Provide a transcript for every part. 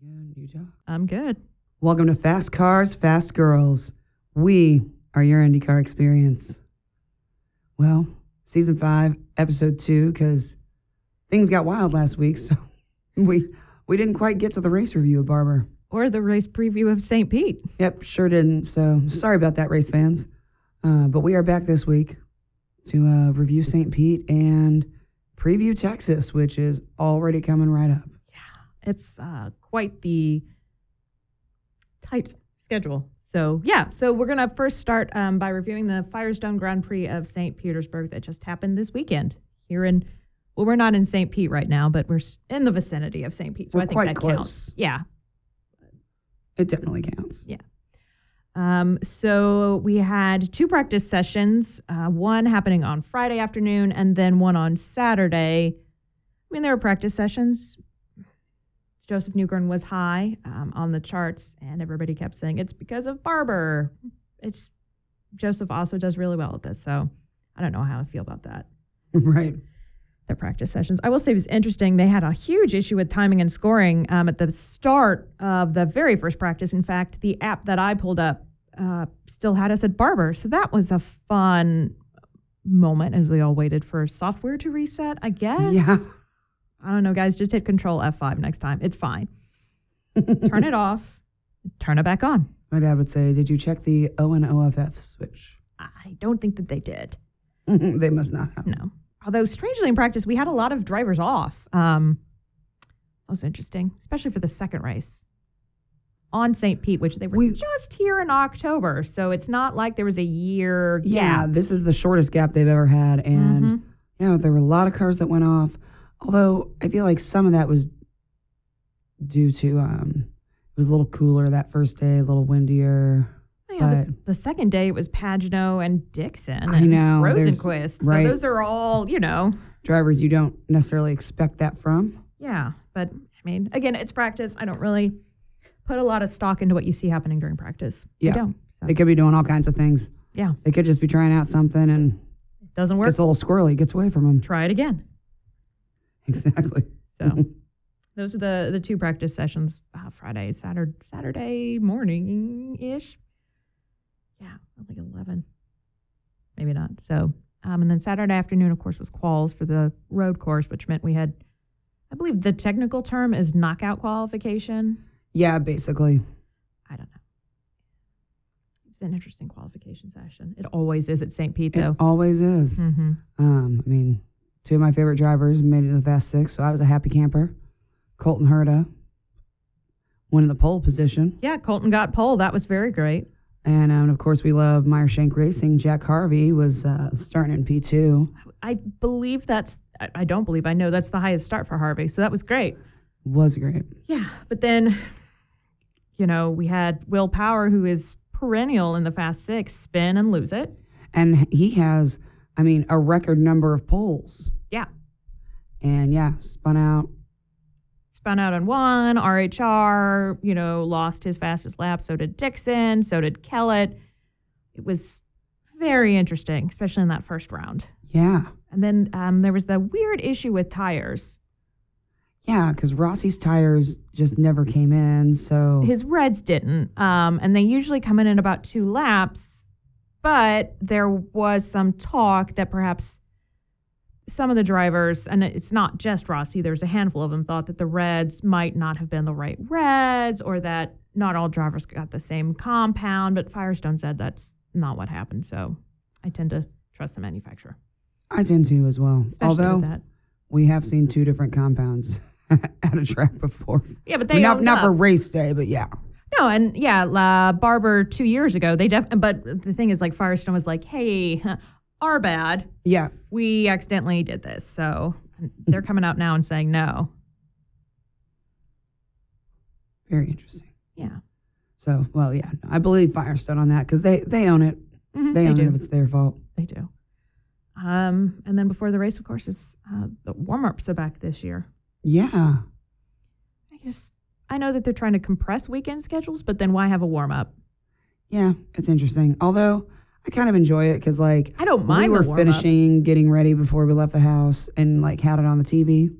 You, John? I'm good. Welcome to Fast Cars, Fast Girls. We are your IndyCar experience. Well, season five, episode two, because things got wild last week, so we we didn't quite get to the race review of Barber. Or the race preview of St. Pete. Yep, sure didn't. So sorry about that, race fans. Uh, but we are back this week to uh, review St. Pete and preview Texas, which is already coming right up. It's uh, quite the tight schedule. So, yeah, so we're going to first start um, by reviewing the Firestone Grand Prix of St. Petersburg that just happened this weekend here in, well, we're not in St. Pete right now, but we're s- in the vicinity of St. Pete. So We're I think quite that counts. close. Yeah. It definitely counts. Um, so we had two practice sessions, uh, one happening on Friday afternoon and then one on Saturday. I mean, there were practice sessions. Joseph Newgren was high um, on the charts, and everybody kept saying it's because of Barber. It's Joseph also does really well at this, so I don't know how I feel about that right. their practice sessions. I will say it was interesting. They had a huge issue with timing and scoring um, at the start of the very first practice. In fact, the app that I pulled up uh, still had us at Barber. So that was a fun moment as we all waited for software to reset, I guess. Yeah. I don't know, guys. Just hit Control F5 next time. It's fine. Turn it off, turn it back on. My dad would say, Did you check the O and OFF switch? I don't think that they did. they must not have. No. Although strangely in practice, we had a lot of drivers off. Um, it's also interesting, especially for the second race on St. Pete, which they were We- just here in October. So it's not like there was a year. Yeah, gap. this is the shortest gap they've ever had. And Mhm. yeah, there were a lot of cars that went off. Although I feel like some of that was due to um, it was a little cooler that first day, a little windier. Oh, Yeah, the, the second day it was Pagino and Dixon. I and know, there's- Rosenquist. right. So those are all, you know. Drivers you don't necessarily expect that from. Yeah. But I mean, again, it's practice. I don't really put a lot of stock into what you see happening during practice. I Yeah. don't. So, They could be doing all kinds of things. yeah. They could just be trying out something and Doesn't work. gets a little squirrely, gets away from them. Try it again. Exactly. So those are the the two practice sessions uh, Friday, Saturday, Saturday morning ish. Yeah, like eleven, maybe not. So um, and then Saturday afternoon, of course, was quals for the road course, which meant we had, I believe, the technical term is knockout qualification. Yeah, basically. I don't know. It was an interesting qualification session. It always is at St. Pete, It though. always is. Mm-hmm. Um, I mean, two of my favorite drivers made it to the Fast Six, so I was a happy camper. Colton Herta went in the pole position. Yeah, Colton got pole. That was very great. And um, of course, we love Meyer Shank Racing. Jack Harvey was uh, starting in P2. I believe that's. I- I don't believe. I know that's the highest start for Harvey. So that was great. Was great. Yeah, but then, you know, we had Will Power, who is perennial in the Fast Six, spin and lose it. And he has, I mean, a record number of poles. Yeah, And yeah, spun out. spun out on one. RHR, you know, lost his fastest lap. So did Dixon. So did Kellett. It was very interesting, especially in that first round. Yeah. And then um, there was the weird issue with tires. Yeah, because Rossi's tires just never came in. So His reds didn't, um, and they usually come in in about two laps. But there was some talk that perhaps some of the drivers, and it's not just Rossi, there's a handful of them, thought that the reds might not have been the right reds, or that not all drivers got the same compound. But Firestone said that's not what happened. So I tend to trust the manufacturer, I tend to as well. especially Although with that. we have seen two different compounds at a track before. Yeah, but they not, owned not up. for race day, but yeah. No, and yeah, La Barber two years ago, they def. But the thing is, like Firestone was like, "Hey, our bad. Yeah. We accidentally did this." So they're coming out now and saying no. Very interesting. Yeah, So, well, yeah, I believe Firestone on that because they, they own it. Mhm, They, own it if do. it's their fault. They do. Um, and then before the race, of course, it's uh, the warm ups are back this year. Yeah. I just I know that they're trying to compress weekend schedules, but then why have a warm up? Yeah. It's interesting. Although I kind of enjoy it because, like, I don't mind. we the were warm-up. finishing, getting ready before we left the house and, like, had it on the TV.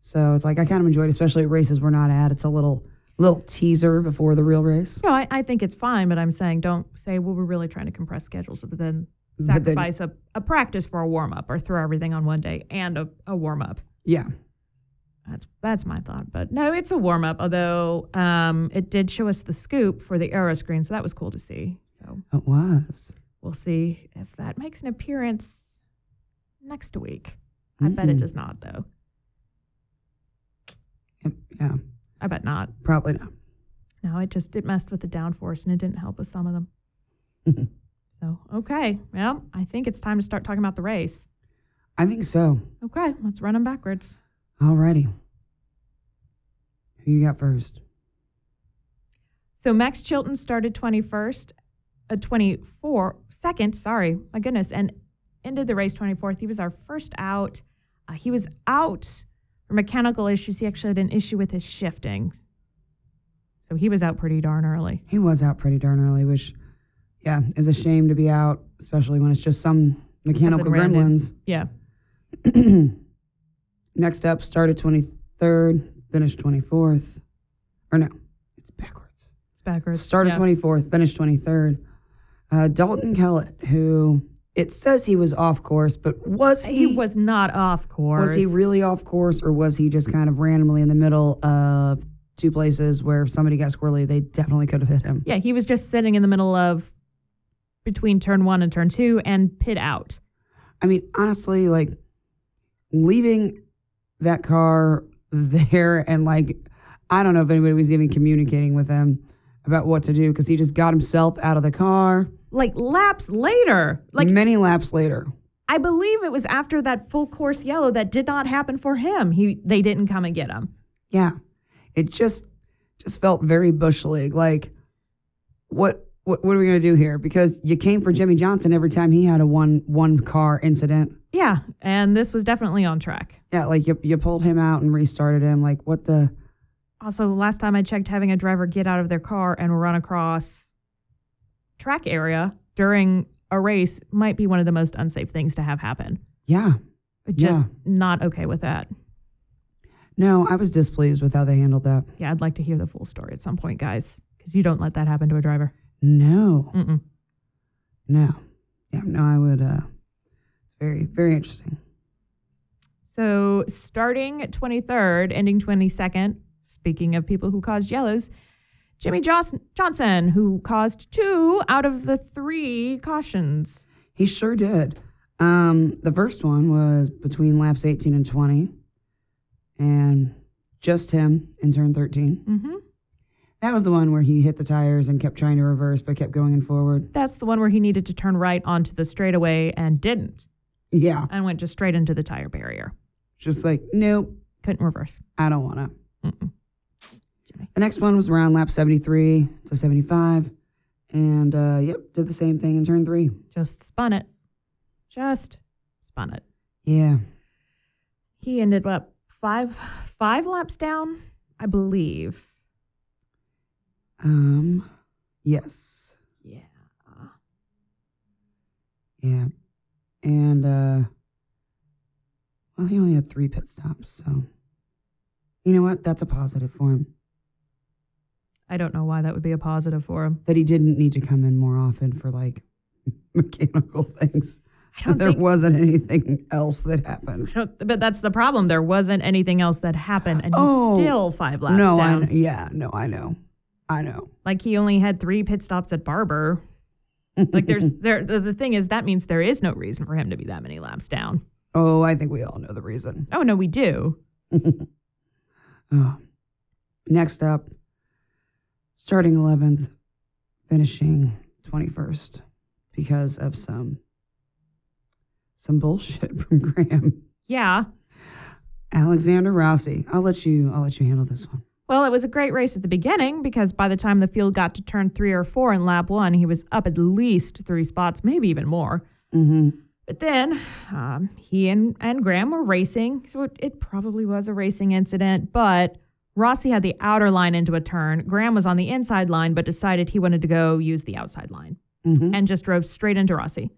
So it's like I kind of enjoy it, especially at races we're not at. It's a little Little teaser before the real race. No, I, I think it's fine, but I'm saying don't say, well, we're really trying to compress schedules, but then But then- sacrifice a, a practice for a warm up or throw everything on one day and a, a warm up. Yeah. That's that's my thought, but no, it's a warm up. Although um, it did show us the scoop for the aero screen, so that was cool to see. So It was. we'll see if that makes an appearance next week. I bet it Mhm. does not, though. It- Yeah. I bet not. Probably not. No, it just it messed with the downforce and it didn't help with some of them. So okay, well, I think it's time to start talking about the race. I think so. Okay, let's run them backwards. Alrighty. Who you got first? So Max Chilton started 21st, uh, 24 second, sorry, my goodness, and ended the race 24th. He was our first out. Uh, he was out for mechanical issues. He actually had an issue with his shifting. So he was out pretty darn early. He was out pretty darn early, which, yeah, is a shame to be out, especially when it's just some mechanical Something random. gremlins. Yeah. Next up, started 23rd, finished 24th. Or no, it's backwards. It's backwards. Started yeah. 24th, finished 23rd. Uh, Dalton Kellett, who it says he was off course, but was he, He was not off course. was he really off course or was he just kind of randomly in the middle of two places where if somebody got squirrely, they definitely could have hit him? yeah, he was just sitting in the middle of between turn one and turn two and pit out. I mean, honestly, like leaving that car there and like I don't know if anybody was even communicating with him about what to do because he just got himself out of the car Like laps later, like many laps later. I believe it was after that full course yellow that did not happen for him. He they didn't come and get him. Yeah. It just just felt very bush league. Like what what what are we gonna do here? Because you came for Jimmy Johnson every time he had a one one car incident. Yeah, and this was definitely on track. Yeah, like you you pulled him out and restarted him. Like what the Also, last time I checked, having a driver get out of their car and run across track area during a race might be one of the most unsafe things to have happen. yeah. Just Yeah. not okay with that. No, I was displeased with how they handled that. Yeah, I'd like to hear the full story at some point, guys, because you don't let that happen to a driver. No, Mm-mm. no, yeah, no. I would. uh It's very, very interesting. So starting 23rd, ending 22nd, speaking of people who caused yellows, Jimmy Johnson, Johnson who caused two out of the three cautions. He sure did. Um, the first one was between laps 18 and 20, and just him in turn 13. hmm That was the one where he hit the tires and kept trying to reverse, but kept going in forward. That's the one where he needed to turn right onto the straightaway and didn't, Yeah, and went just straight into the tire barrier. just like nope, Couldn't reverse. I don't wanna. Mm-mm. The next one was around lap 73 to 75, and uh, yep, did the same thing in turn three. Just spun it. Just spun it. Yeah, He ended up five five laps down, I believe. um, yes. Yeah. Yeah. And uh well he only had three pit stops, so you know what? That's a positive for him. I don't know why that would be a positive for him. That he didn't need to come in more often for like mechanical things. I don't There think wasn't anything else that happened. I don't- but that's the problem. There wasn't anything else that happened, and he's Oh, still five laps no, down. I know. yeah, no, I know. I know. Like he only had three pit stops at Barber. Like there's there. The, the thing is, that means there is no reason for him to be that many laps down. Oh, I think we all know the reason. Oh no, we do. Oh. Next up, starting 11th, finishing 21st because of some some bullshit from Graham. Yeah. Alexander Rossi. I'll let you I'll let you handle this one. Well, it was a great race at the beginning because by the time the field got to turn three or four in lap one, he was up at least three spots, maybe even more. Mm-hmm. But then um, he and, and Graham were racing. So it, it probably was a racing incident, but Rossi had the outer line into a turn. Graham was on the inside line, but decided he wanted to go use the outside line Mm-hmm. and just drove straight into Rossi.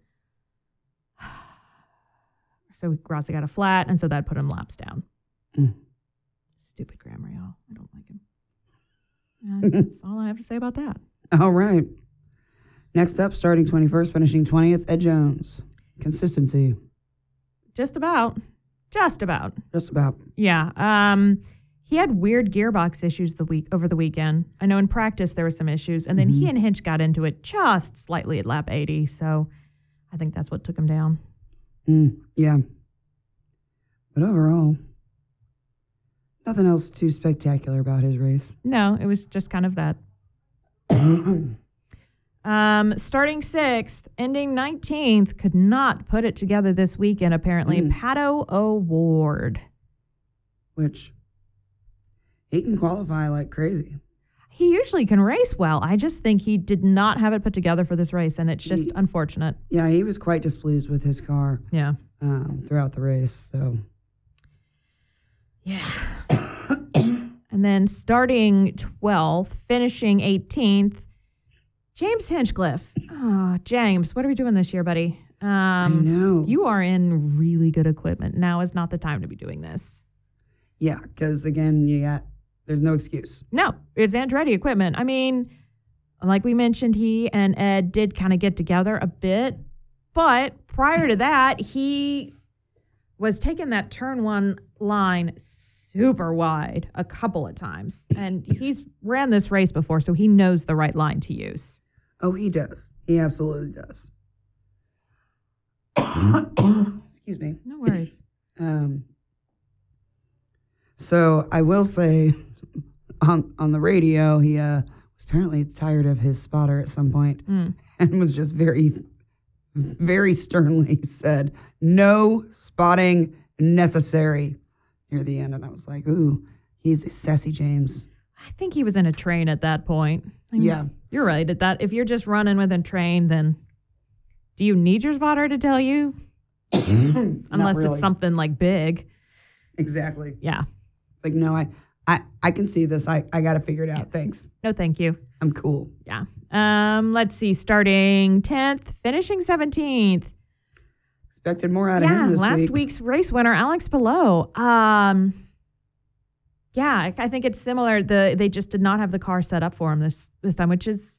So Rossi got a flat, and so that put him laps down. Mm. Stupid Graham Real. I don't like him. And that's all I have to say about that. All right. Next up, starting 21st, finishing 20th, Ed Jones. Consistency, Just about. Just about. just about. Yeah. Um, he had weird gearbox issues the week over the weekend. I know in practice there were some issues, and then he and Hinch got into it just slightly at lap 80. So I think that's what took him down. Mm, yeah. But overall, nothing else too spectacular about his race. No, it was just kind of that. yeah. Um, starting sixth, ending 19th, could not put it together this weekend, apparently. Mm. Pato O'Ward. Which he can qualify like crazy. He usually can race well. I just think he did not have it put together for this race, and it's just Ye- unfortunate. Yeah, he was quite displeased with his car Yeah. um, throughout the race. So, Yeah. and then starting 12th, finishing 18th, James Hinchcliffe. Oh, James, what are we doing this year, buddy? I Um, know. you are in really good equipment. Now is not the time to be doing this. yeah, because again, you got, there's no excuse. No, it's Andretti equipment. I mean, like we mentioned, he and Ed did kind of get together a bit, but prior to that, he was taking that turn one line super wide a couple of times, and he's ran this race before, so he knows the right line to use. Oh, he does. He absolutely does. Excuse me. No worries. Um, so I will say, on on the radio, he uh, was apparently tired of his spotter at some point, Mm. and was just very, very sternly said, "No spotting necessary." Near the end, and I was like, "Ooh, he's a sassy James." I think he was in a train at that point. I mean, Yeah. you're right. At that, if you're just running with a train, then do you need your spotter to tell you? Unless it's something like big. exactly. Yeah. It's like, no, I, I, I can see this. I, I got to figure it out. Thanks. No, thank you. I'm cool. Yeah. Um, let's see. Starting 10th, finishing 17th. Expected more out of yeah, him this last week. week's race winner, Alex Below. Um, yeah, I, I think it's similar. The they just did not have the car set up for him this this time, which is,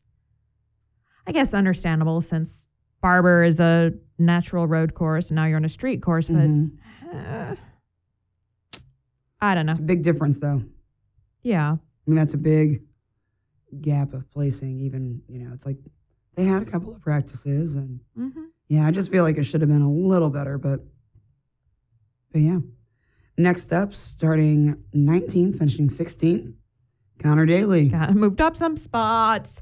I guess, understandable since Barber is a natural road course and now you're on a street course. But Mhm. uh, I don't know. It's a big difference, though. Yeah, I mean, that's a big gap of placing. Even you know, it's like they had a couple of practices, and hmm yeah, I just feel like it should have been a little better, but but yeah. Next up, starting 19th, finishing 16th, Connor Daly. got moved up some spots.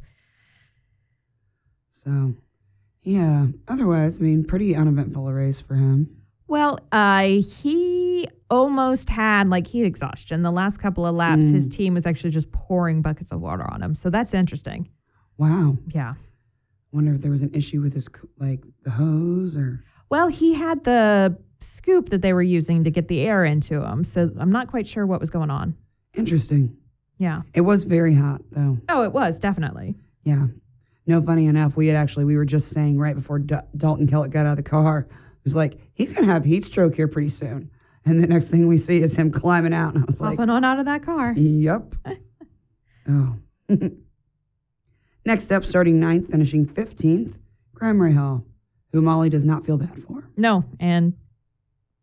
So yeah, otherwise, I mean, pretty uneventful a race for him. Well, uh, he almost had like heat exhaustion. The last couple of laps, Mm. his team was actually just pouring buckets of water on him. So that's interesting. Wow, Yeah. wonder if there was an issue with his co- like the hose or Well, he had the scoop that they were using to get the air into him. So I'm not quite sure what was going on. interesting. Yeah. It was very hot though. Oh, it was definitely. Yeah. No, funny enough, we had actually we were just saying right before D- Dalton Kellett got out of the car, it was like he's gonna have heat stroke here pretty soon. And the next thing we see is him climbing out, and I was like, Popping on out of that car. "Yep." oh. next up, starting ninth, finishing fifteenth, Graham Rahal, who Molly does not feel bad for. No. And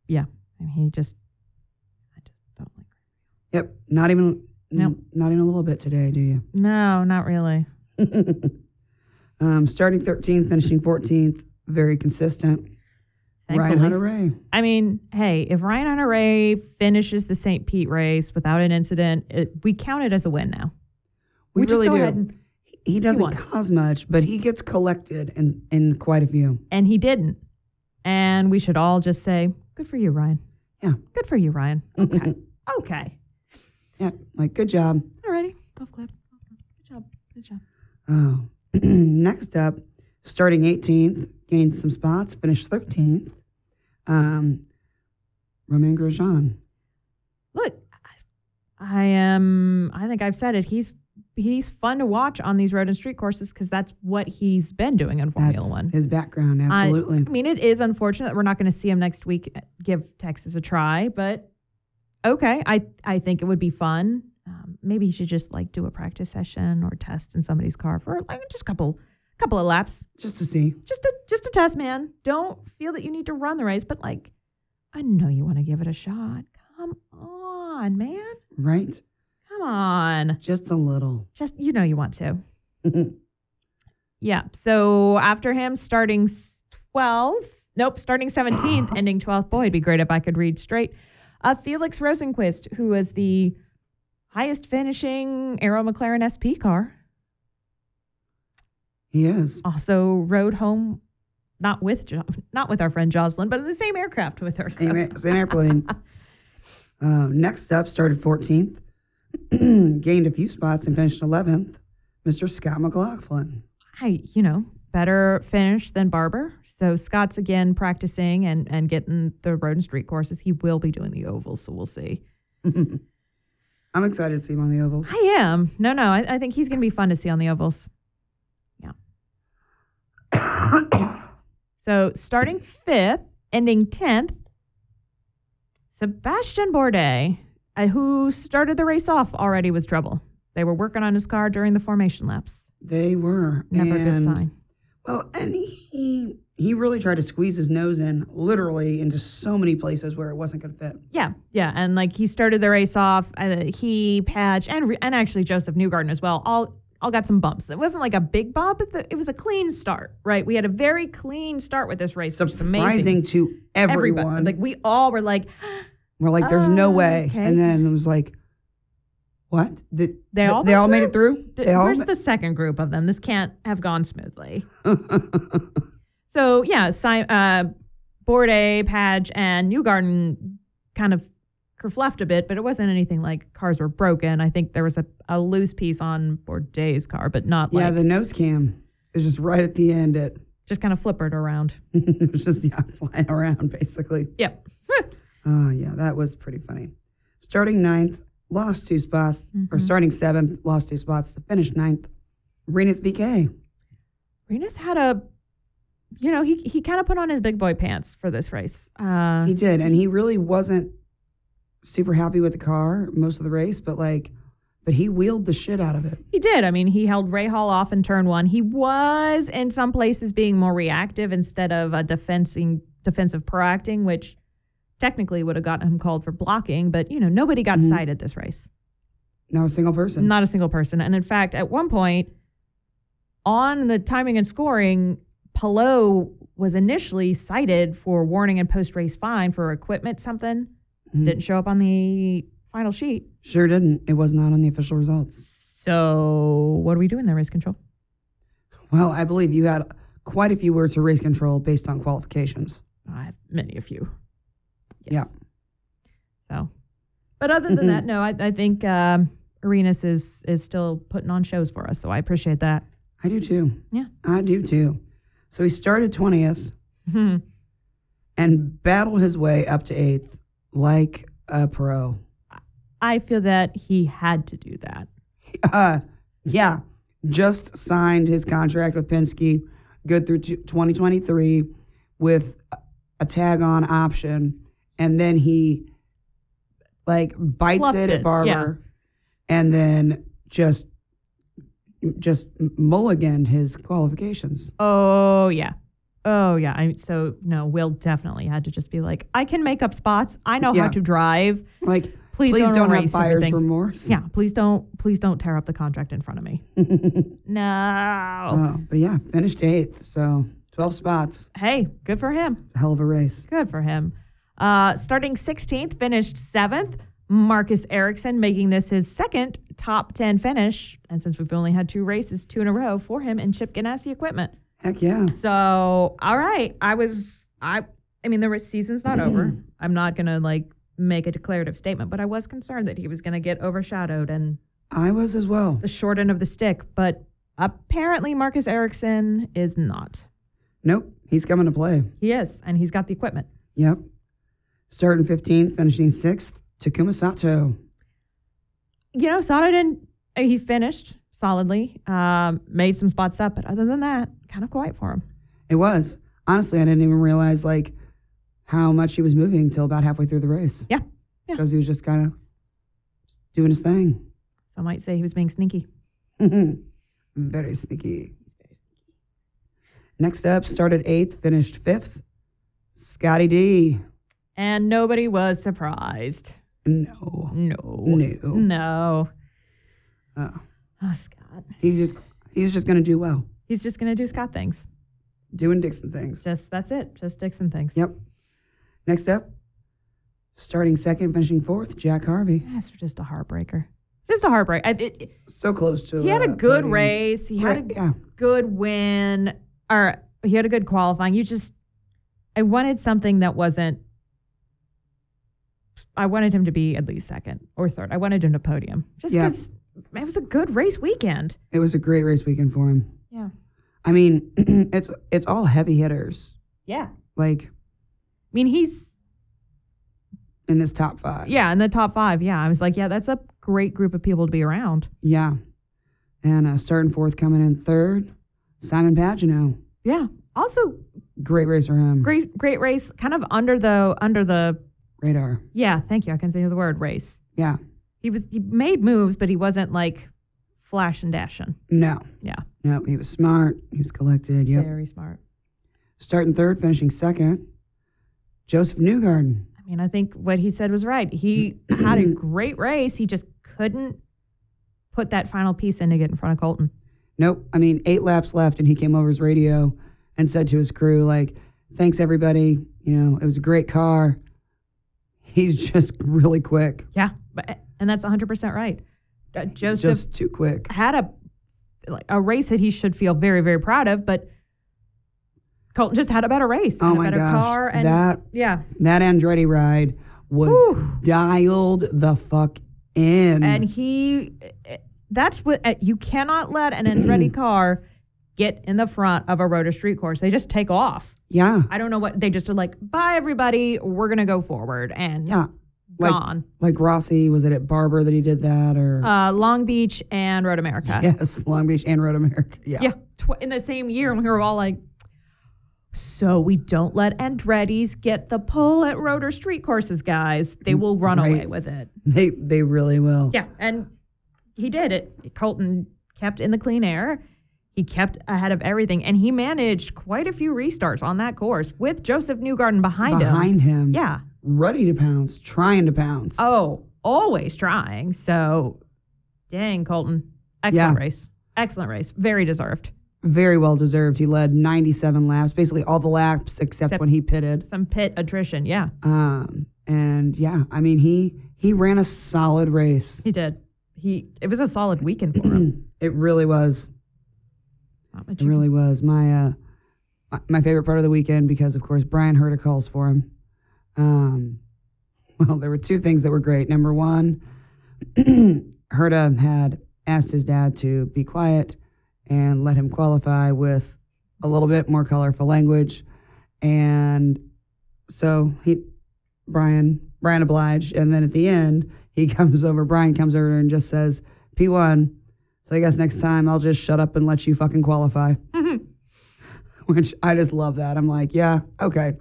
yeah, and he just, I just don't like Yep, not even Nope. not even a little bit today, do you? No, not really. um, starting 13th, finishing 14th, very consistent. Ryan Thankfully. Hunter Ray. I mean, hey, if Ryan Hunter Ray finishes the St. Pete race without an incident, it, we count it as a win now. We, just really go do. ahead and, he doesn't won. cause much, but he gets collected in, in quite a few. and he didn't. And we should all just say, good for you, Ryan. Yeah. Good for you, Ryan. Okay. okay. Yeah, like good job. Alrighty. Off clip. Good job. Good job. Oh. Next up, starting 18th, gained some spots, finished 13th. Um, Romain Grosjean. Look, I I am I think I've said it. He's he's fun to watch on these road and street courses because that's what he's been doing in Formula That's One. his background, absolutely. I mean, it is unfortunate that we're not going to see him next eh, week give Texas a try, but okay. I, I think it would be fun. um, maybe you should just like do a practice session or test in somebody's car for like just a couple couple of laps Just to see. just a just a test man don't feel that you need to run the race but like i know you want to give it a shot come on man Right? come on Just a little. just you know you want to yeah so after him starting s- 12 nope starting 17th ending 12th boy it'd be great if i could read straight uh, felix rosenquist who was the highest finishing aero mclaren sp car he is. also rode home not with jo- not with our friend Jocelyn, but in the same aircraft with her. so- Same, air- same airplane. uh, next up, started 14th, gained a few spots and finished 11th. Mr. Scott McLaughlin. I, you know, better finish than Barber. So Scott's again practicing and and getting the road and street courses. He will be doing the ovals, so we'll see. I'm excited to see him on the ovals. I am. No, no, I, I think he's going to be fun to see on the ovals. So starting fifth, ending tenth, Sebastian Bourdais, uh, who started the race off already with trouble. They were working on his car during the formation laps. they were Never a and, good sign. Well, and he he really tried to squeeze his nose in, literally into so many places where it wasn't going to fit. Yeah, yeah, and like he started the race off. Uh, he Patch and re- and actually Joseph Newgarden as well. All all got some bumps. It wasn't like a big bump, but the, it was a clean start. Right, we had a very clean start with this race. which is amazing. Surprising to everyone. Everybody, like we all were like We're like, there's no Oh, way. okay. And then it was like, what? Did, They all they made all made it through? D- They all Where's ma- the second group of them? This can't have gone smoothly. So yeah, si- uh, Bourdais, Page, and Newgarden kind of kerfluffed a bit, but it wasn't anything like cars were broken. I think there was a, a loose piece on Bourdais' car, but not yeah, like the nose cam is just right at the end. It, just kind of flippered around. it was just yeah, flying around basically. Yep. Oh yeah, that was pretty funny. Starting ninth, lost two spots, or Mhm. starting seventh, lost two spots to finish ninth. Renas BK. Renus had a, you know, he he kind of put on his big boy pants for this race. Uh, He did, and he really wasn't super happy with the car most of the race, but like, but he wheeled the shit out of it. He did. I mean, he held Ray Hall off in turn one. He was in some places being more reactive instead of a defensing defensive proacting, which technically would have gotten him called for blocking. But you know, nobody got Mhm. cited this race. Not a single person. Not a single person. And in fact, at one point on the timing and scoring, Pelot was initially cited for warning and post race fine for equipment something. Mhm. Didn't show up on the final sheet. Sure didn't. It was not on the official results. So what do we do in there, race control? Well, I believe you had quite a few words for race control based on qualifications. I have many of you. Yeah. So, but other than that, no, I, I think um, Arenas is is still putting on shows for us, so I appreciate that. I do too. Yeah. I do too. So he started 20th Hmm. and battled his way up to 8th like a pro. I feel that he had to do that. Uh, yeah, just signed his contract with Penske, good through t- 2023 with a tag on option. And then he like bites Fluffed it it, at Barber and then just just mulliganed his qualifications. Oh yeah, oh yeah. I so no, Will definitely had to just be like, I can make up spots. I know Yeah. how to drive. Like, Please, please, don't, don't, have erase buyer's everything. remorse. Yeah, please don't, please don't tear up the contract in front of me. No. Uh, but yeah, finished eighth. So 12 spots. Hey, good for him. It's a hell of a race. Good for him. Uh, starting 16th, finished seventh. Marcus Erickson making this his second top 10 finish. And since we've only had two races, two in a row for him in Chip Ganassi equipment. Heck yeah. So, all right. I was, I, I mean, the re- season's not over. I'm not going to like make a declarative statement, but I was concerned that he was going to get overshadowed and I was as well. the short end of the stick. But apparently, Marcus Erickson is not. Nope. He's coming to play. He is, and he's got the equipment. Yep. Starting 15th, finishing sixth. Takuma Sato. you know, Sato didn't. uh, He finished solidly, um, made some spots up, but other than that, kind of quiet for him. It was. Honestly, I didn't even realize like how much he was moving until about halfway through the race. Yeah. Yeah. Because he was just kind of doing his thing. Some might say he was being sneaky. Very sneaky. Next up, started eighth, finished fifth. Scotty D. And nobody was surprised. No. No. No. Mm. No. Oh, Oh, Scott. he's just he's just gonna do well, He's just going to do Scott things. doing Dixon things. Just that's it. Just Dixon things. Yep. Next up, starting second, finishing fourth, Jack Harvey. That's just a heartbreaker. Just a heartbreak. I, it, it- So close to. he had a uh, good podium. race. He had a Right, yeah. good win or he had a good qualifying. You just I wanted something that wasn't I wanted him to be at least second or third. I wanted him to podium. Just Yeah. because it was a good race weekend. It was a great race weekend for him. Yeah. I mean, it's it's all heavy hitters Yeah. I like mean he's in this top five. yeah, in the top five. Yeah. I was like, yeah, that's a great group of people to be around. Yeah. And uh, starting fourth, coming in third, Simon Pagino. Yeah. Also Great race for him. great great race. Kind of under the under the Radar. yeah, thank you. I can think of the word race. Yeah. He was he made moves, but he wasn't like flash and dashing. No. Yeah. No, he was smart. He was collected. Yep. Very smart. Starting third, finishing second, Joseph Newgarden. I mean, I think what he said was right. He had a great race. He just couldn't put that final piece in to get in front of Colton. Nope. I mean, eight laps left, and he came over his radio and said to his crew, like, thanks, everybody. You know, it was a great car. He's just really quick. Yeah, but and that's 100% right. Uh, He's Joseph just too quick. had a like a race that he should feel very very proud of, but Colton just had a better race, Oh and a my better gosh. car, and that yeah, that Andretti ride was mm. Whew. dialed the fuck in. and he eh, that's what uh, you cannot let an Andretti car get in the front of a road or street course. They just take off. yeah. I don't know what they just are like. Bye, everybody. We're gonna go forward and Yeah. Like gone. like Rossi, was it at Barber that he did that or Uh, Long Beach and Road America. Yes, Long Beach and Road America. Yeah. yeah, tw- in the same year, and we were all like, "So we don't let Andretti's get the pull at road or street courses, guys. They will run away Right. with it." They they really will. Yeah, and he did it. Colton kept in the clean air. He kept ahead of everything, and he managed quite a few restarts on that course with Joseph Newgarden behind, him. Behind him. Yeah. Ready to pounce, trying to pounce. Oh, always trying. So, dang, Colton. Excellent Yeah. race. Excellent race. Very deserved. Very well deserved. He led 97 laps, basically all the laps except Except- when he pitted. Some pit attrition. Yeah, Um, and yeah, I mean he he ran a solid race. he did. He it was a solid weekend for him. It really was. Not much It really was my uh, my- my favorite part of the weekend because, of course, Brian Herta calls for him. Um, well, there were two things that were great. Number one, Herta had asked his dad to be quiet and let him qualify with a little bit more colorful language, and so he, Brian, Brian obliged, and then at the end he comes over. Brian comes over and just says, "P one." So I guess next time I'll just shut up and let you fucking qualify. Which I just love that. I'm like, yeah, okay,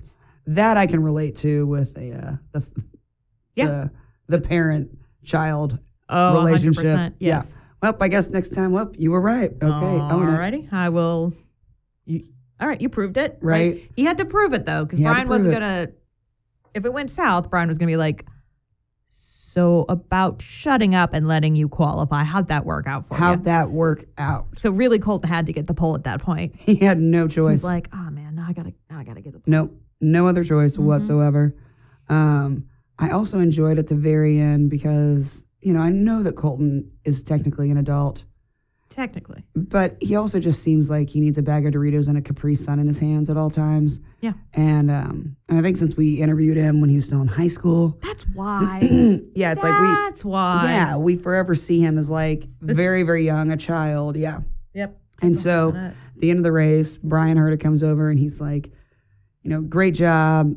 that I can relate to with the uh, the, Yeah. the the parent child oh, relationship. 100%. Yeah. Yes. Well, I guess next time. Well, you were right. Okay, own it. Alrighty. I will. You, all right. You proved it. Right. Like, he had to prove it though, because He had to Brian wasn't prove it. gonna. If it went south, Brian was gonna be like, "So about shutting up and letting you qualify. How'd that work out for How'd you?" that work out? so really, Colton had to get the pole at that point. He had no choice. He's like, "Oh man, now I gotta, now I gotta get the pole." Nope, no other choice Mm-hmm. whatsoever. Um, I also enjoyed at the very end because you know I know that Colton is technically an adult, Technically, but he also just seems like he needs a bag of Doritos and a Capri Sun in his hands at all times. Yeah. and um, and I think since we interviewed him when he was still in high school, that's why. yeah, it's like we. that's why. Yeah, we forever see him as like This- very, very young, a child. Yeah. Yep. And so, at the end of the race, Brian Herta comes over and he's like, you know, great job.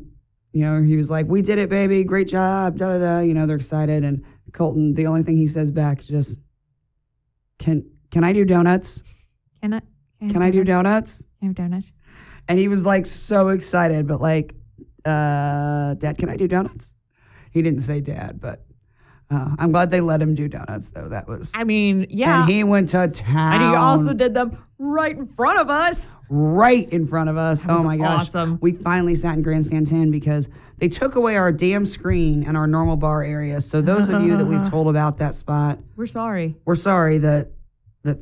You know, he was like, we did it, baby. Great job. Da da da. You know, they're excited. And Colton, the only thing he says back is just, can can I do donuts? Mm-hmm. Can I? Can I do donuts? Can I do donuts? And he was like so excited, but like, uh, Dad, can I do donuts? He didn't say dad, but Uh, I'm glad they let him do donuts, though. That was. I mean, yeah. And he went to town. And he also did them right in front of us. right in front of us. That Oh was my gosh. awesome. We finally sat in Grandstand 10 because they took away our damn screen and our normal bar area. So those of you that we've told about that spot, We're sorry we're sorry that that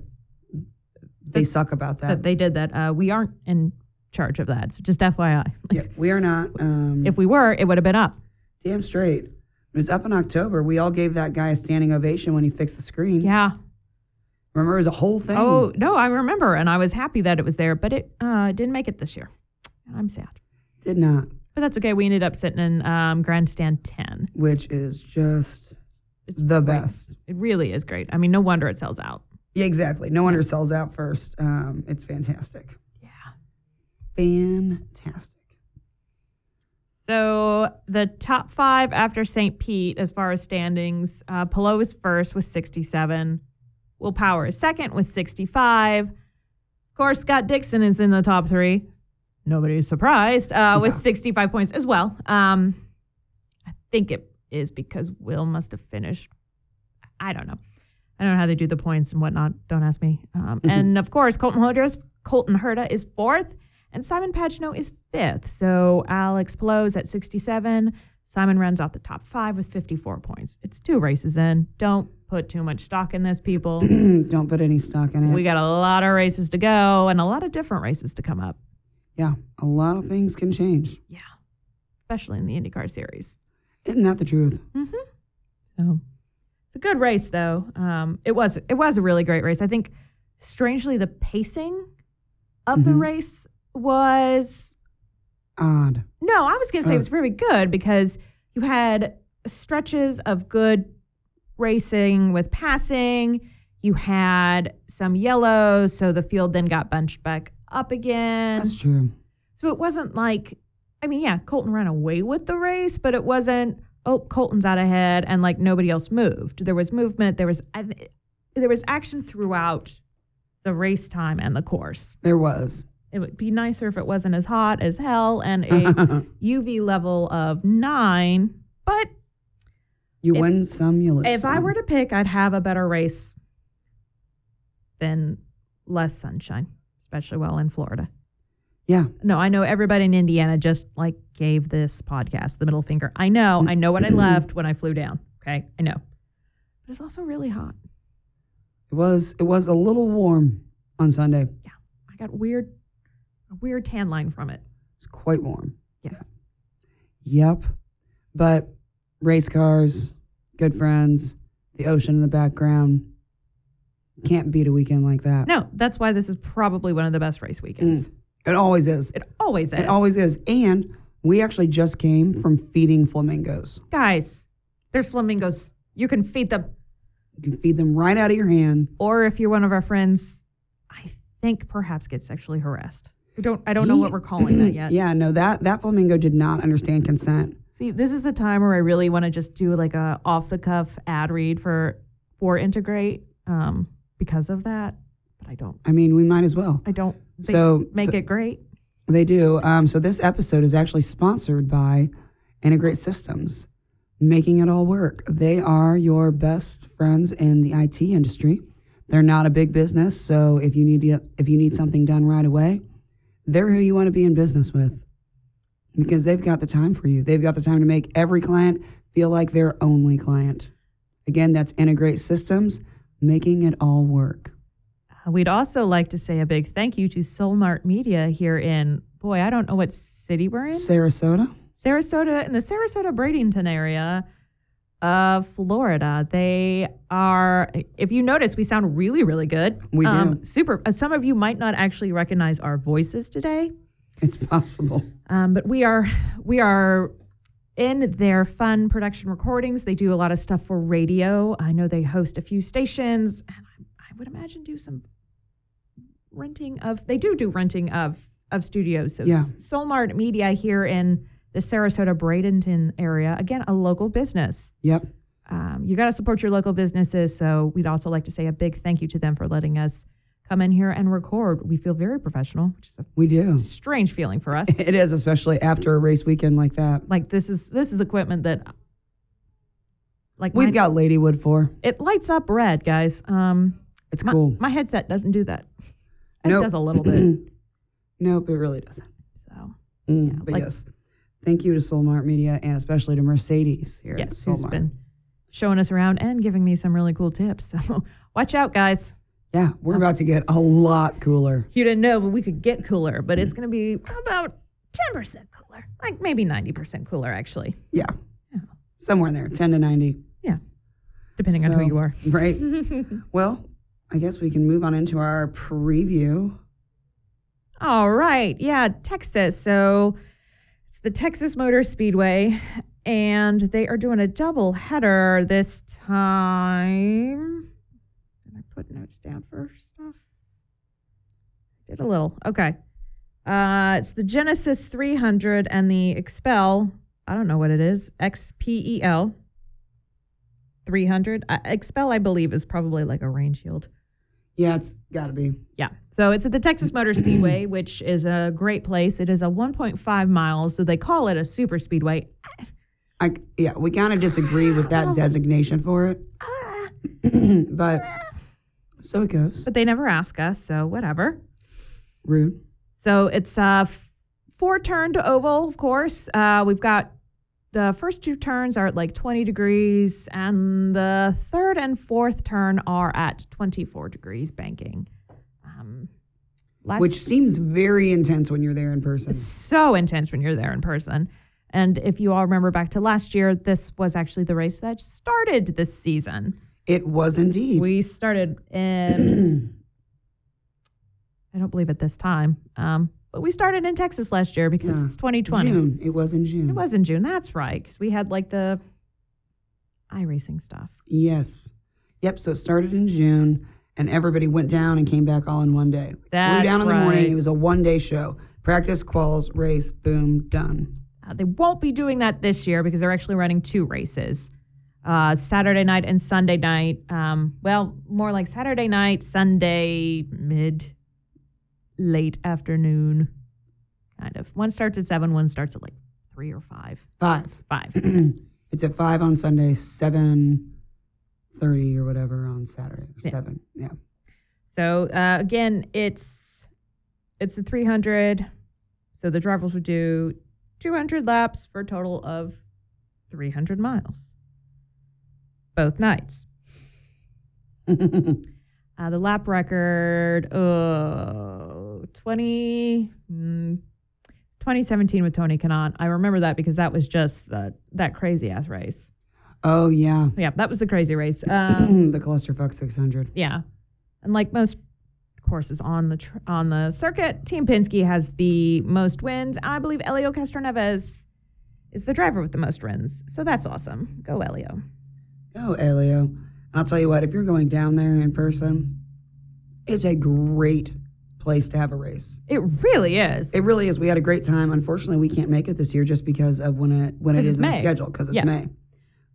they That- suck about that. that they did that. Uh, we aren't in charge of that. So just FYI. yeah, we are not. Um, If we were, it would have been up. damn straight. It was up in October. We all gave that guy a standing ovation when he fixed the screen. Yeah. Remember, it was a whole thing. Oh, no, I remember. And I was happy that it was there, but it uh, didn't make it this year. And I'm sad. Did not, But that's okay. We ended up sitting in um, Grandstand 10. which is just It's the great. best. It really is great. I mean, no wonder it sells out. Yeah, exactly. No wonder sells out first. Um, it's fantastic. Yeah. Fantastic. So the top five after St. Pete, as far as standings, uh, Pillow is first with 67. Will Power is second with 65. Of course, Scott Dixon is in the top three. Nobody's surprised uh, with Yeah. 65 points as well. Um, I think it is because Will must have finished. I don't know. I don't know how they do the points and whatnot. Don't ask me. Um, and of course, Colton Herta is, Colton Herta is fourth, and Simon Pagino is fifth. So Alex blows at 67. Simon runs off the top five with 54 points. It's two races in. Don't put too much stock in this, people. Don't put any stock in it. we got a lot of races to go and a lot of different races to come up. yeah, a lot of things can change. Yeah, especially in the IndyCar series. Isn't that the truth? So it's a good race, though. Um, it was it was a really great race. I think, strangely, the pacing of the Mhm. race was Odd. No, I was going to say Oh. it was very good because you had stretches of good racing with passing. You had some yellows, so the field then got bunched back up again. That's true. So it wasn't like, I mean, yeah, Colton ran away with the race, but it wasn't. Oh, Colton's out ahead, and like nobody else moved. There was movement. There was, I th- there was action throughout the race time and the course. There was. It would be nicer if it wasn't as hot as hell and a UV level of nine. But you If- win some, you lose. if I some. were to pick, I'd have a better race than less sunshine, especially while in Florida. Yeah. No, I know everybody in Indiana just like gave this podcast the middle finger. I know, I know what I left when I flew down. Okay, I know. But it's also really hot. It was it was a little warm on Sunday. I got weird, a weird tan line from it. It's quite warm. Yes. Yep. But race cars, good friends, the ocean in the background. Can't beat a weekend like that. No, that's why this is probably one of the best race weekends. It always is. It always is. It always is. And we actually just came from feeding flamingos. Guys, there's flamingos. You can feed them. You can feed them right out of your hand. or if you're one of our friends, I think perhaps get sexually harassed. I don't I don't know what He- we're calling that yet. yeah, no, that that flamingo did not understand consent. See, this is the time where I really want to just do like a off the cuff ad read for for integrate um, because of that, but I don't I mean, we might as well. I don't think So- make so- it great. They do. Um, so this episode is actually sponsored by Integrate Systems, making it all work. They are your best friends in the IT industry. They're not a big business, so if you need to, if you need something done right away, they're who you want to be in business with because they've got the time for you. They've got the time to make every client feel like their only client. Again, that's Integrate Systems, making it all work. Uh, We'd also like to say a big thank you to Soulmart Media here in boy, I don't know what city we're in. Sarasota. Sarasota in the Sarasota Bradenton area of Florida. They are if you notice we sound really really good. We super uh, some of you might not actually recognize our voices today. It's possible. Um, but we are we are in their fun production recordings. They do a lot of stuff for radio. I know they host a few stations and I, I would imagine do some renting of they do do renting of of studios. So Yeah. Solmart Media here in the Sarasota Bradenton area. Again, a local business. Yep. Um, you got to support your local businesses. So we'd also like to say a big thank you to them for letting us come in here and record. We feel very professional, which is a We do. strange feeling for us. It is, especially after a race weekend like that. like this is this is equipment that Like We've mine- got Ladywood for. it lights up red, guys. Um, It's my, cool. My headset doesn't do that. It Nope. does a little bit. nope, it really doesn't. So Mm, Yeah, but like- yes, thank you to Soulmart Media and especially to Mercedes here at yes, who's Soulmart. been showing us around and giving me some really cool tips. So watch out, guys. Yeah, we're about to get a lot cooler. You didn't know, but we could get cooler. But it's going to be about ten percent cooler, like maybe ninety percent cooler, actually, Yeah. Yeah. Somewhere in there, 10 to 90. depending on So- who you are. Right. well, I guess we can move on into our preview. All right. Yeah, Texas. So it's the Texas Motor Speedway, and they are doing a double header this time. Did I put notes down for stuff? Did a little. Okay. Uh, it's the Genesis 300 and the Expel. I don't know what it is. X P E L 300. Uh, Expel, I believe, is probably like a rain shield. Yeah, it's got to be. Yeah. So it's at the Texas Motor Speedway, which is a great place. It is a 1.5 miles, so they call it a super speedway. I, yeah, we kind of disagree with that Oh. designation for it, Ah, but so it goes. But they never ask us, so whatever. Rude. So it's a four turn to oval, of course. Uh, we've got the first two turns are at like 20 degrees, and the third and fourth turn are at 24 degrees banking. Um, last Which seems very intense when you're there in person. It's so intense when you're there in person. And if you all remember back to last year, this was actually the race that started this season. It was indeed. We started in, I don't believe at this time, um, but we started in Texas last year because Yeah. it's 2020. June. It was in June. It was in June. That's right. Because we had like the iRacing stuff. Yes. Yep. So it started in June, and everybody went down and came back all in one day. That's Flew down in the morning. right. It was a one day show. Practice, quals, race, boom, done. Uh, they won't be doing that this year because they're actually running two races uh, Saturday night and Sunday night. Um, well, more like Saturday night, Sunday, mid, late afternoon, kind of. One starts at seven, one starts at like three or five. Five. Five. it's at five on Sunday, seven thirty or whatever on Saturday. Or Yeah. Seven. Yeah. So uh, again, it's it's a 300. So the drivers would do 200 laps for a total of 300 miles, both nights. Uh, the lap record, uh, 20, mm, 2017 with Tony Kanon. I remember that because that was just the, that crazy ass race. oh yeah. Yeah, that was a crazy race. Um, the clusterfuck six hundred. Yeah, and like most courses on the tr- on the circuit, Team Penske has the most wins. I believe Elio Castroneves is the driver with the most wins, so that's awesome. Go Elio! Oh, Elio. And I'll tell you what, if you're going down there in person, it's a great place to have a race. It really is. It really is. We had a great time. Unfortunately, we can't make it this year just because of when it when it 'Cause is it's in the May. schedule because it's Yeah. May.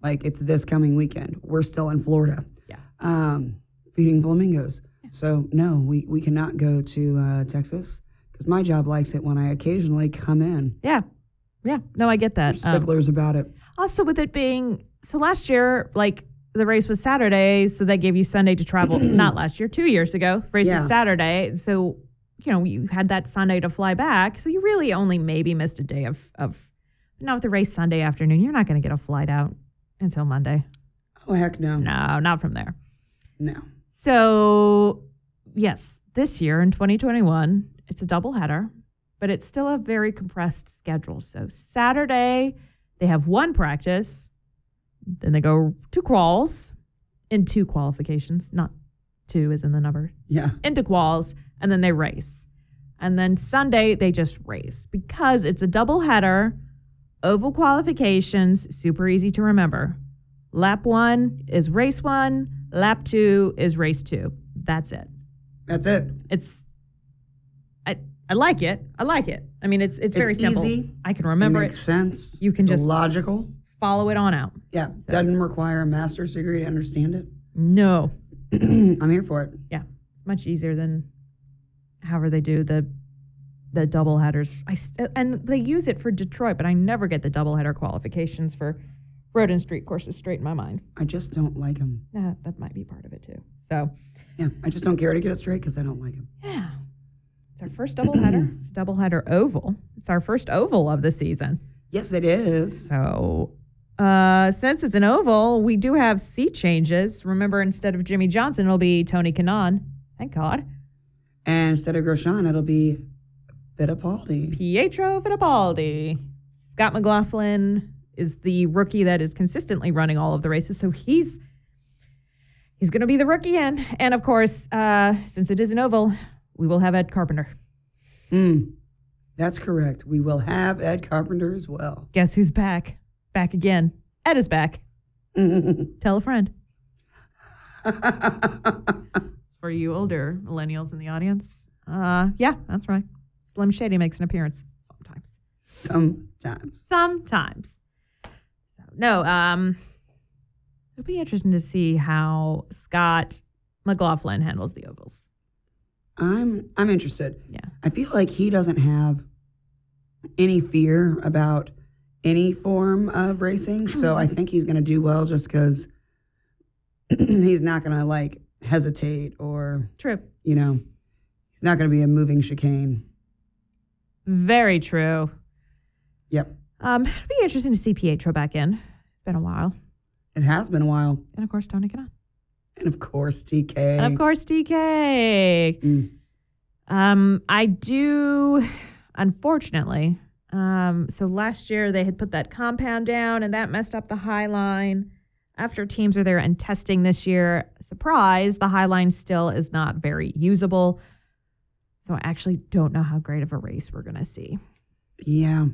Like it's this coming weekend. We're still in Florida. Yeah. Um, feeding flamingos. So no, we we cannot go to uh, Texas because my job likes it when I occasionally come in. yeah, yeah. No, I get We're that. Um, sticklers about it. also, with it being so, last year, like the race was Saturday, so that gave you Sunday to travel. Not last year, two years ago, race Yeah. was Saturday, so you know you had that Sunday to fly back. So you really only maybe missed a day of of not with the race Sunday afternoon. You're not going to get a flight out until Monday. Oh heck no, no. No, not from there. So yes, this year in 2021, it's a double header, but it's still a very compressed schedule. So Saturday they have one practice, then they go to quals in two qualifications, not two is in the number, Yeah. into quals, and then they race. And then Sunday they just race because it's a double header, oval qualifications, super easy to remember. Lap one is race one, lap two is race two. That's it. That's it. It's I I like it. I like it. I mean it's it's, very simple. easy. I can remember it it, makes sense. You can It's just- logical. follow it on out. Yeah. Doesn't require a master's degree to understand it. No. I'm here for it. Yeah. It's much easier than however they do the the double headers. I s- and they use it for Detroit, but I never get the double header qualifications for road and street courses straight in my mind. I just don't like him. That that might be part of it too. So Yeah, I just don't care to get it straight because I don't like him. yeah, it's our first doubleheader. It's a doubleheader oval. It's our first oval of the season. Yes, it is. So uh, since it's an oval, we do have seat changes. Remember, instead of Jimmy Johnson, it'll be Tony Kanon. Thank God. And instead of Grosjean, it'll be Fittipaldi. Pietro Fittipaldi. Scott McLaughlin is the rookie that is consistently running all of the races, so he's he's going to be the rookie in. And of course, uh, since it is an oval, we will have Ed Carpenter. Mm, that's correct. We will have Ed Carpenter as well. Guess who's back? Back again. Ed is back. Tell a friend. For you older millennials in the audience, uh, yeah, that's right. Slim Shady makes an appearance sometimes. Sometimes. sometimes. So, no, um, it'll be interesting to see how Scott McLaughlin handles the ovals. I'm I'm interested. Yeah. I feel like he doesn't have any fear about any form of racing, so Mm-hmm. I think he's going to do well just cuz he's not going to like hesitate or, True. you know, he's not going to be a moving chicane. Very true. Yep. Um, it'll be interesting to see Pietro back in. It's been a while. It has been a while. And of course, Tony Kanon. And of course, Mm. TK. And of course, DK. Um, I do, unfortunately. Um, so last year they had put that compound down and that messed up the high line. After teams are there and testing this year, surprise, the high line still is not very usable. So I actually don't know how great of a race we're going to see. Yeah.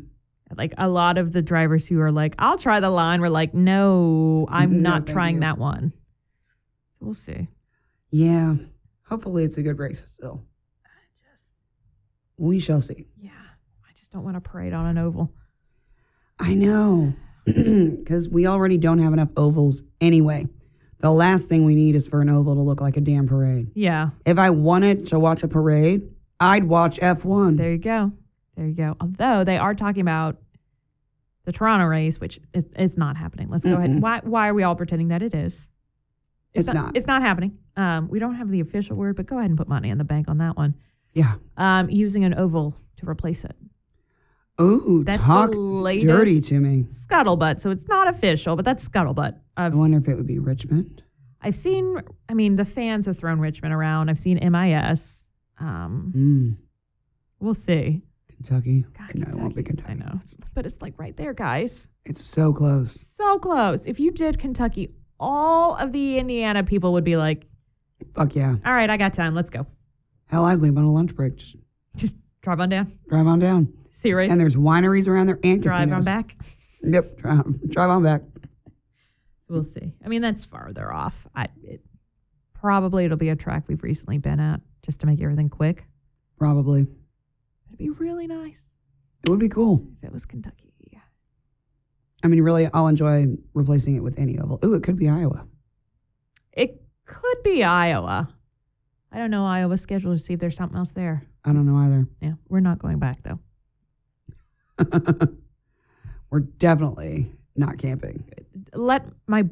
Like a lot of the drivers who are like, I'll try the line, we're like, no, I'm No, not thank trying you. that one. So we'll see. Yeah. Hopefully it's a good race still. Just, We shall see. yeah, I just don't want to parade on an oval. I know. Cuz we already don't have enough ovals anyway. The last thing we need is for an oval to look like a damn parade. Yeah. If I wanted to watch a parade, I'd watch F1. There you go. There you go. Although they are talking about the Toronto race, which is, is not happening. Let's go ahead. Mm-mm. Why, why are we all pretending that it is? It's not. It's not happening. Um, we don't have the official word, but go ahead and put money in the bank on that one. yeah. Um, using an oval to replace it. Ooh, That's talk the latest dirty to me. scuttlebutt. So it's not official, but that's scuttlebutt. I I've, wonder if it would be Richmond. I've seen, I mean, the fans have thrown Richmond around. I've seen MIS. Um, Mm, we'll see. Kentucky. God, no, it won't be Kentucky. I know. It's- But it's like right there, guys. It's so close. So close. If you did Kentucky, all of the Indiana people would be like, Fuck yeah. all right, I got time. Let's go. Hell, I'd leave on a lunch break. Just Just drive on down. drive on down. See you, race. And there's wineries around there and drive on casinos. back. Yep, drive, drive on back. We'll see. I mean, that's farther off. I, it, probably it'll be a track we've recently been at just to make everything quick. Probably. It'd be really nice It would be cool. if it was Kentucky. I mean, really, I'll enjoy replacing it with any oval. Ooh, it could be Iowa. It could be Iowa. I don't know Iowa's schedule to see if there's something else there. I don't know either. Yeah, we're not going back though. We're definitely not camping. let my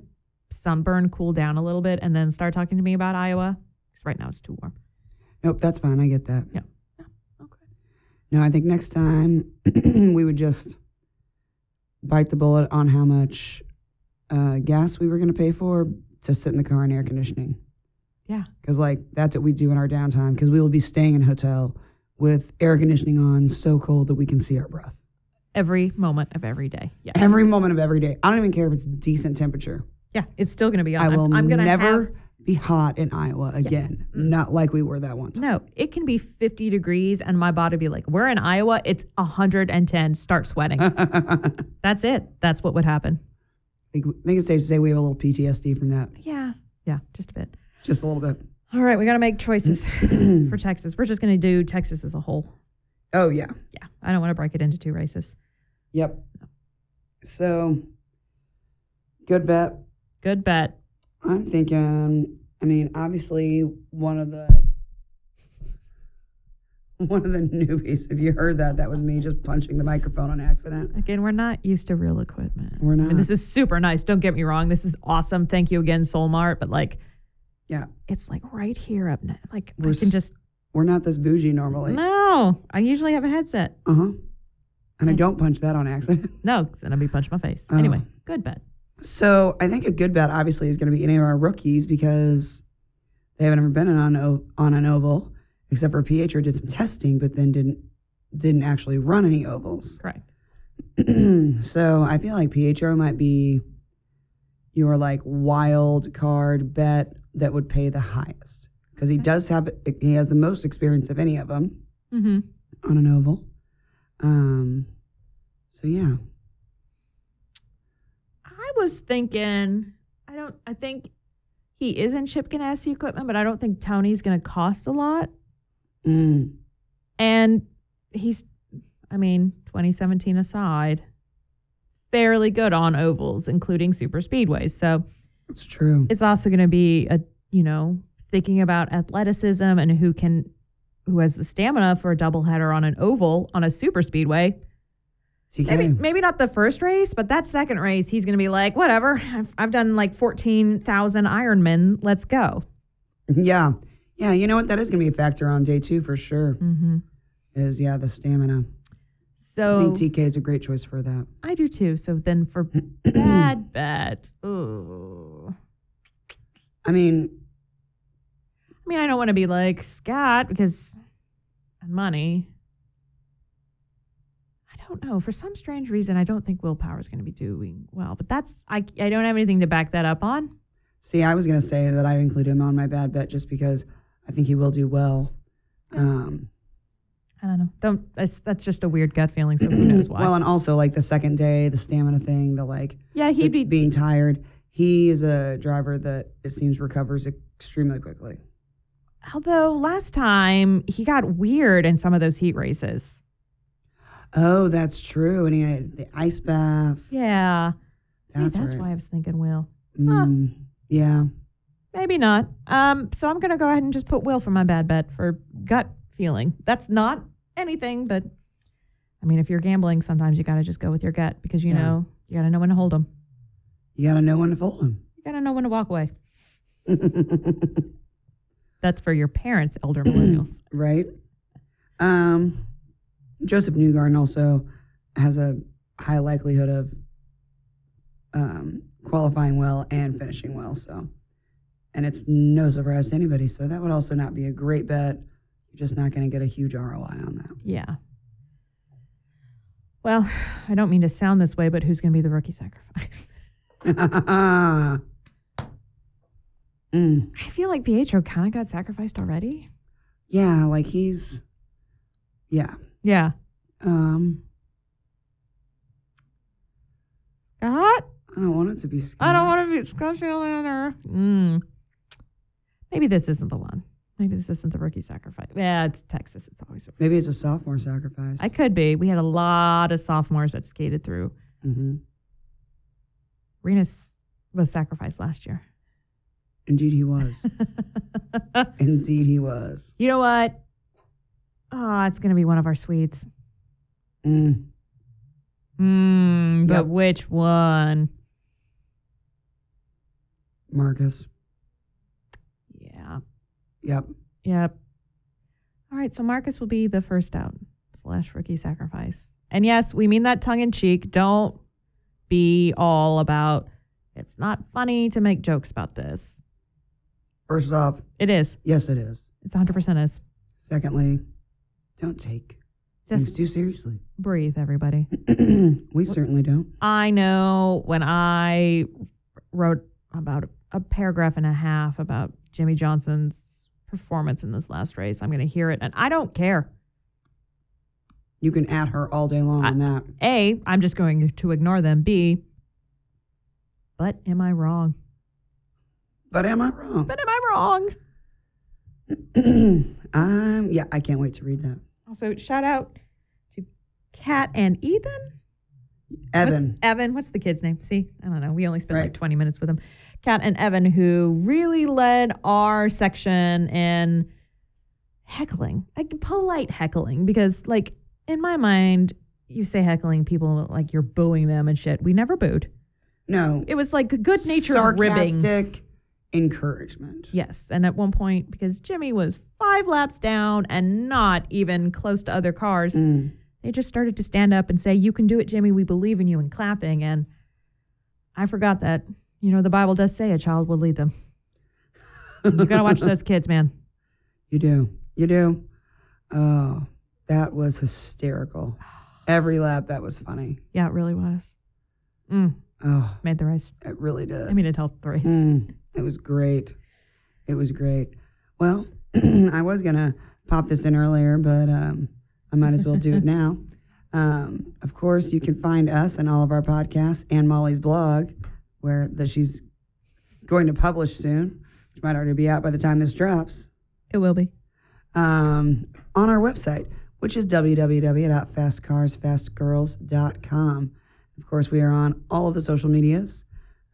sunburn cool down a little bit and then start talking to me about Iowa because right now it's too warm. Nope, that's fine. I get that. Yeah. Okay. No, I think next time we would just bite the bullet on how much uh, gas we were going to pay for to sit in the car and air conditioning. Yeah. Because, like, that's what we do in our downtime because we will be staying in a hotel with air conditioning on so cold that we can see our breath Every moment of every day. Yeah. every moment of every day. I don't even care if it's decent temperature. Yeah. It's still going to be on. I will I'm, I'm gonna never have- Mm. be hot in Iowa again. Not like we were that one time. no, it can be 50 degrees and my body be like, we're in Iowa. It's 110. Start sweating. Uh. I That's it. That's what would happen. think, I think it's safe to say we have a little PTSD from that, Yeah. Yeah. Just a bit. just a little bit. All right. We got to make choices for Texas. We're just going to do Texas as a whole. Oh yeah, Yeah. I don't want to break it into two races. yep. So, good bet. Good bet. I'm thinking. I mean, obviously, one of the one of the newbies. If you heard that, that was me just punching the microphone on accident. Again, we're not used to real equipment. We're I mean, this not. is super nice. Don't get me wrong. This is awesome. Thank you again, Soulmart. But like, Yeah. it's like right here up now. Like, We're I can s- just We're not this bougie normally. no. I usually have a headset. Uh huh. And I Yeah. don't punch that on accident. No, 'cause then I'll be punched in my face. Oh. Anyway, good bet. So I think a good bet, obviously, is going to be any of our rookies because they haven't ever been on o- on an oval except for Pietro did some testing, but then didn't didn't actually run any ovals. Correct. so I feel like Pietro might be your like wild card bet that would pay the highest because he does have he has the most experience of any of them Mm-hmm. on an oval. Um, so yeah, I was thinking, I don't, I think he is in Chip Ganassi equipment, but I don't think Tony's going to cost a lot. Mm, And he's, I mean, 2017 aside, fairly good on ovals, including super speedways. So it's true. it's also going to be a, you know, thinking about athleticism and who can, who has the stamina for a doubleheader on an oval on a super speedway. TK. Maybe maybe not the first race, but that second race, he's going to be like, whatever. I've, I've done like fourteen thousand Ironman. Let's go. Yeah. Yeah. You know what? That is going to be a factor on day two for sure. Mm-hmm. Is yeah, the stamina. I So think TK is a great choice for that. I do too. So then for bad bet, ooh. I mean, I mean, I don't want to be like Scott because and money. I don't know. For some strange reason, I don't think willpower is going to be doing well. But that's I. I don't have anything to back that up on. see, I was going to say that I include him on my bad bet just because I think he will do well. Um, I don't know. Don't. That's, that's just a weird gut feeling. So who knows why? well, and also like the second day, the stamina thing, the like yeah, the he'd be being tired. He is a driver that it seems recovers extremely quickly. Although last time he got weird in some of those heat races. Oh, that's true. And he had the ice bath. Yeah. Maybe That's, that's right. why I was thinking Will. Mm, yeah. Maybe not. Um, so I'm going to go ahead and just put Will for my bad bet for gut feeling. That's not anything, but I mean, if you're gambling, sometimes you got to just go with your gut because you Yeah. know, you got to know when to hold them. You got to know when to fold him. You got to know when to walk away. right? That's for your parents, elder millennials. Um, Joseph Newgarden also has a high likelihood of um, qualifying well and finishing well. So, and it's no surprise to anybody. So that would also not be a great bet. You're just not going to get a huge ROI on that. yeah. Well, I don't mean to sound this way, but who's going to be the rookie sacrifice? Mm. I feel like Pietro kind of got sacrificed already. Yeah, like he's, yeah. Yeah. Um, Scott? I don't want it to be. Scott. I don't want to be Scott Schalander. Mm. Maybe this isn't the one. Maybe this isn't the rookie sacrifice. Yeah, it's Texas. It's always. A- Maybe it's a sophomore sacrifice. I could be. We had a lot of sophomores that skated through. hmm Renus was sacrificed last year. Indeed, he was. Indeed, he was. you know what? Oh, it's going to be one of our Swedes. Mm. Mm, Yep. But which one? Marcus. Yeah. Yep. Yep. All right, so Marcus will be the first out slash rookie sacrifice. And yes, we mean that tongue in cheek. Don't be all about it's not funny to make jokes about this. First off, It is. yes, it is. It's 100% is. Secondly, don't take things Just too seriously. breathe, everybody. we certainly don't. I know when I wrote about a paragraph and a half about Jimmy Johnson's performance in this last race, I'm going to hear it and I don't care. You can at her all day long on that. A, I'm just going to ignore them. B, but am I wrong? But am I wrong? But am I wrong? um, yeah, I can't wait to read that. Also, shout out to Kat and Ethan. Evan. What's, Evan, what's the kid's name? See, I don't know. We only spent Right. like 20 minutes with them. Kat and Evan, who really led our section in heckling, like polite heckling, because like in my mind, you say heckling, people like you're booing them and shit. We never booed. No. It was like good natured ribbing. sarcastic encouragement. Yes, and at one point, because Jimmy was five laps down and not even close to other cars, Mm. they just started to stand up and say, "You can do it, Jimmy. We believe in you," and clapping. And I forgot that you know the Bible does say a child will lead them. You gotta watch those kids, man. You do. You do. Oh, that was hysterical. Every lap, that was funny. Yeah, it really was. Mm, Oh, made the race. it really did. I mean, it helped the race. Mm, it was great. It was great. Well, I was going to pop this in earlier, but um, I might as well do it now. Um, of course, you can find us and all of our podcasts and Molly's blog, where that she's going to publish soon, which might already be out by the time this drops, It will be. um, on our website, which is www.fastcarsfastgirls.com. Of course, we are on all of the social medias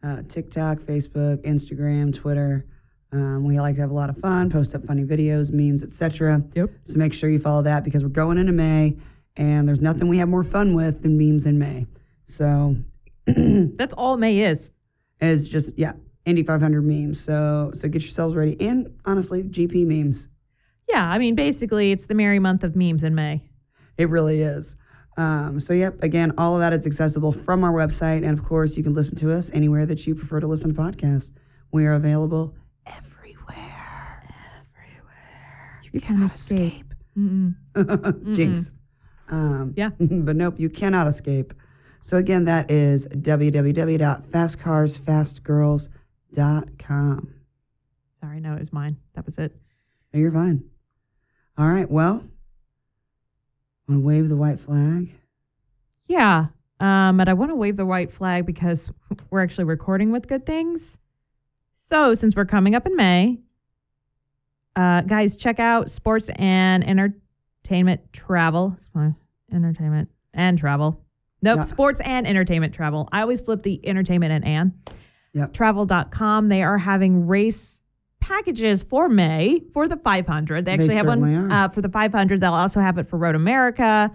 uh, TikTok, Facebook, Instagram, Twitter. Um, we like to have a lot of fun, post up funny videos, memes, etc. Yep. So make sure you follow that because we're going into May, and there's nothing we have more fun with than memes in May. So That's all May is. it's just yeah, Indy 500 memes. So so get yourselves ready, and honestly, GP memes. Yeah, I mean, basically, it's the merry month of memes in May. It really is. Um, so, yep, again, all of that is accessible from our website. And of course, you can listen to us anywhere that you prefer to listen to podcasts. We are available everywhere. You can escape. Mm-mm. Jinx. Um, Yeah. But nope, you cannot escape. So, again, that is www.fastcarsfastgirls.com. Sorry, no, it was mine. That was it. No, You're fine. All right, well, want to wave the white flag? Yeah. Um, and I want to wave the white flag because we're actually recording with good things. So, since we're coming up in May, uh, guys, check out sports and entertainment travel. Sports, entertainment and travel. Nope, Yeah. sports and entertainment travel. I always flip the entertainment and and. Yep. Travel.com. They are having race packages for May for the 500. They They actually have one certainly are. uh, for the 500. They'll also have it for Road America,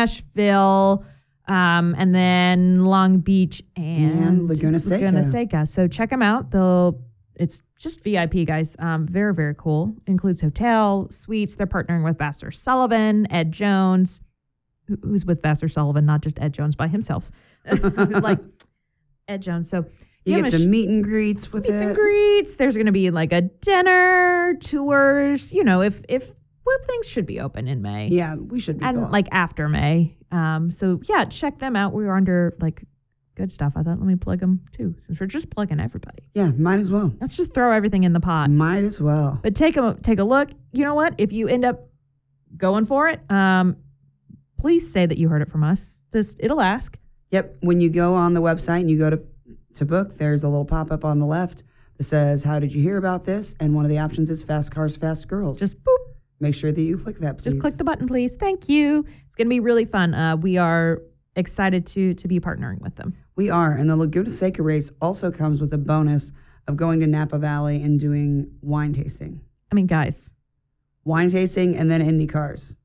Nashville, um, and then Long Beach and, And Laguna Seca. Laguna Seca. So check them out. They'll it's just VIP guys. Um, very very cool. Includes hotel suites. They're partnering with Vassar Sullivan, Ed Jones, who- who's with Vassar Sullivan, not just Ed Jones by himself. I was like Ed Jones. So You give get him a some meet and greets with meets it. and greets. There's going to be like a dinner, tours. You know, if if well, things should be open in May Yeah, we should be and gone. like after May. Um, so yeah, check them out. We are under like good stuff. I thought let me plug them too, since we're just plugging everybody. Yeah, might as well. Let's just throw everything in the pot. Might as well. But take a take a look. You know what? If you end up going for it, um, please say that you heard it from us. Just it'll ask. Yep. When you go on the website and you go to to book, there's a little pop up on the left that says, "How did you hear about this?" And one of the options is "Fast Cars, Fast Girls." Just boop. make sure that you click that, please. Just click the button, please. Thank you. It's gonna be really fun. Uh, we are excited to to be partnering with them. we are, and the Laguna Seca race also comes with a bonus of going to Napa Valley and doing wine tasting, I mean, guys, wine tasting, and then Indy cars.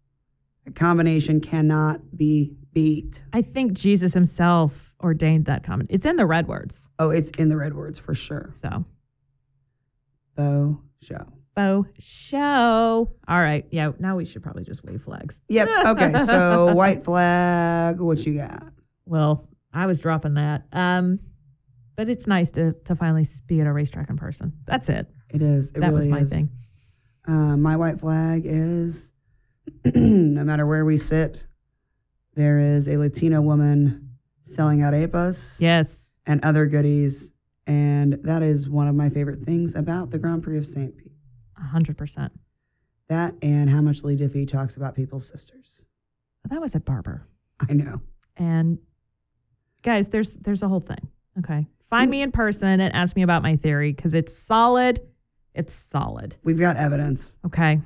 A combination cannot be beat. I think Jesus himself ordained that comment. It's in the red words. Oh, it's in the red words for sure. So Bo show. Bo show. All right. Yeah. Now we should probably just wave flags. Yep. Okay. So white flag. What you got? Well, I was dropping that. Um, but it's nice to to finally be at a racetrack in person. That's it. It is. It that really was my is. thing. Uh, my white flag is no matter where we sit, there is a Latina woman selling out arepas Yes. and other goodies. And that is one of my favorite things about the Grand Prix of St. Pete. a hundred percent. That and how much Lee Diffie talks about people's sisters. That was at Barber. I know. And guys, there's there's a whole thing. Okay. Find me in person and ask me about my theory because it's solid. It's solid. We've got evidence. Okay.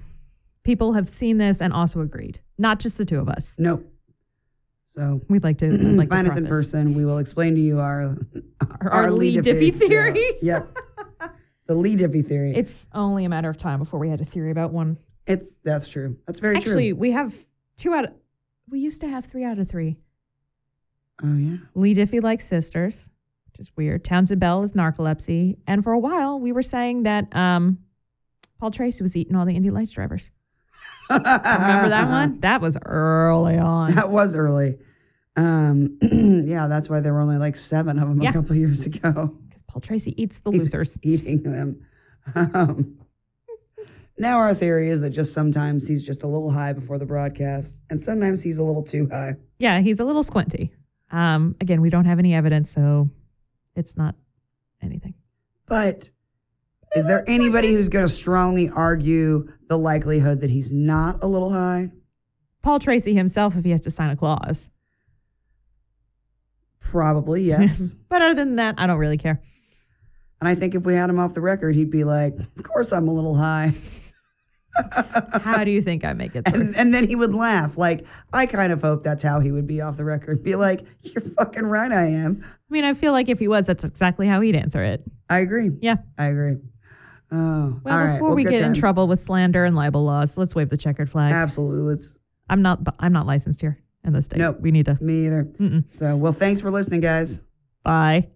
People have seen this and also agreed. Not just the two of us. Nope. So We'd like to I'd like to Mm-hmm. find us in preface. person. We will explain to you our Our- our Lee Diffie theory. Yep. the Lee Diffie theory. It's only a matter of time before we had a theory about one It's that's true. That's very Actually, true. we have two out. Of, we used to have three out of three. Oh yeah. Lee Diffie likes sisters, which is weird. Townsend Bell is narcolepsy, and for a while we were saying that um, Paul Tracy was eating all the Indy Lights drivers. Uh, Remember uh-huh. that one? That was early on. That was early. Um, yeah, that's why there were only like seven of them Yeah. a couple years ago. Because Paul Tracy eats the He's- losers. eating them. Um, now our theory is that just sometimes he's just a little high before the broadcast, and sometimes he's a little too high. Yeah, he's a little squinty. Um, again, we don't have any evidence, so it's not anything. But is there anybody who's going to strongly argue the likelihood that he's not a little high? Paul Tracy himself, if he has to sign a clause. Probably yes. But other than that, I don't really care. and I think if we had him off the record, he'd be like, "Of course I'm a little high," How do you think I make it through? and, and then he would laugh. Like I kind of hope that's how he would be off the record. Be like, "You're fucking right, I am." I mean, I feel like if he was, that's exactly how he'd answer it. I agree. Yeah. I agree. Oh, Well, all right. before we good get in times. trouble with slander and libel laws, let's wave the checkered flag. Absolutely. It's I'm not. I'm not licensed here in the state. Nope. We need to. me either. Mm-mm. So, well, thanks for listening, guys. Bye.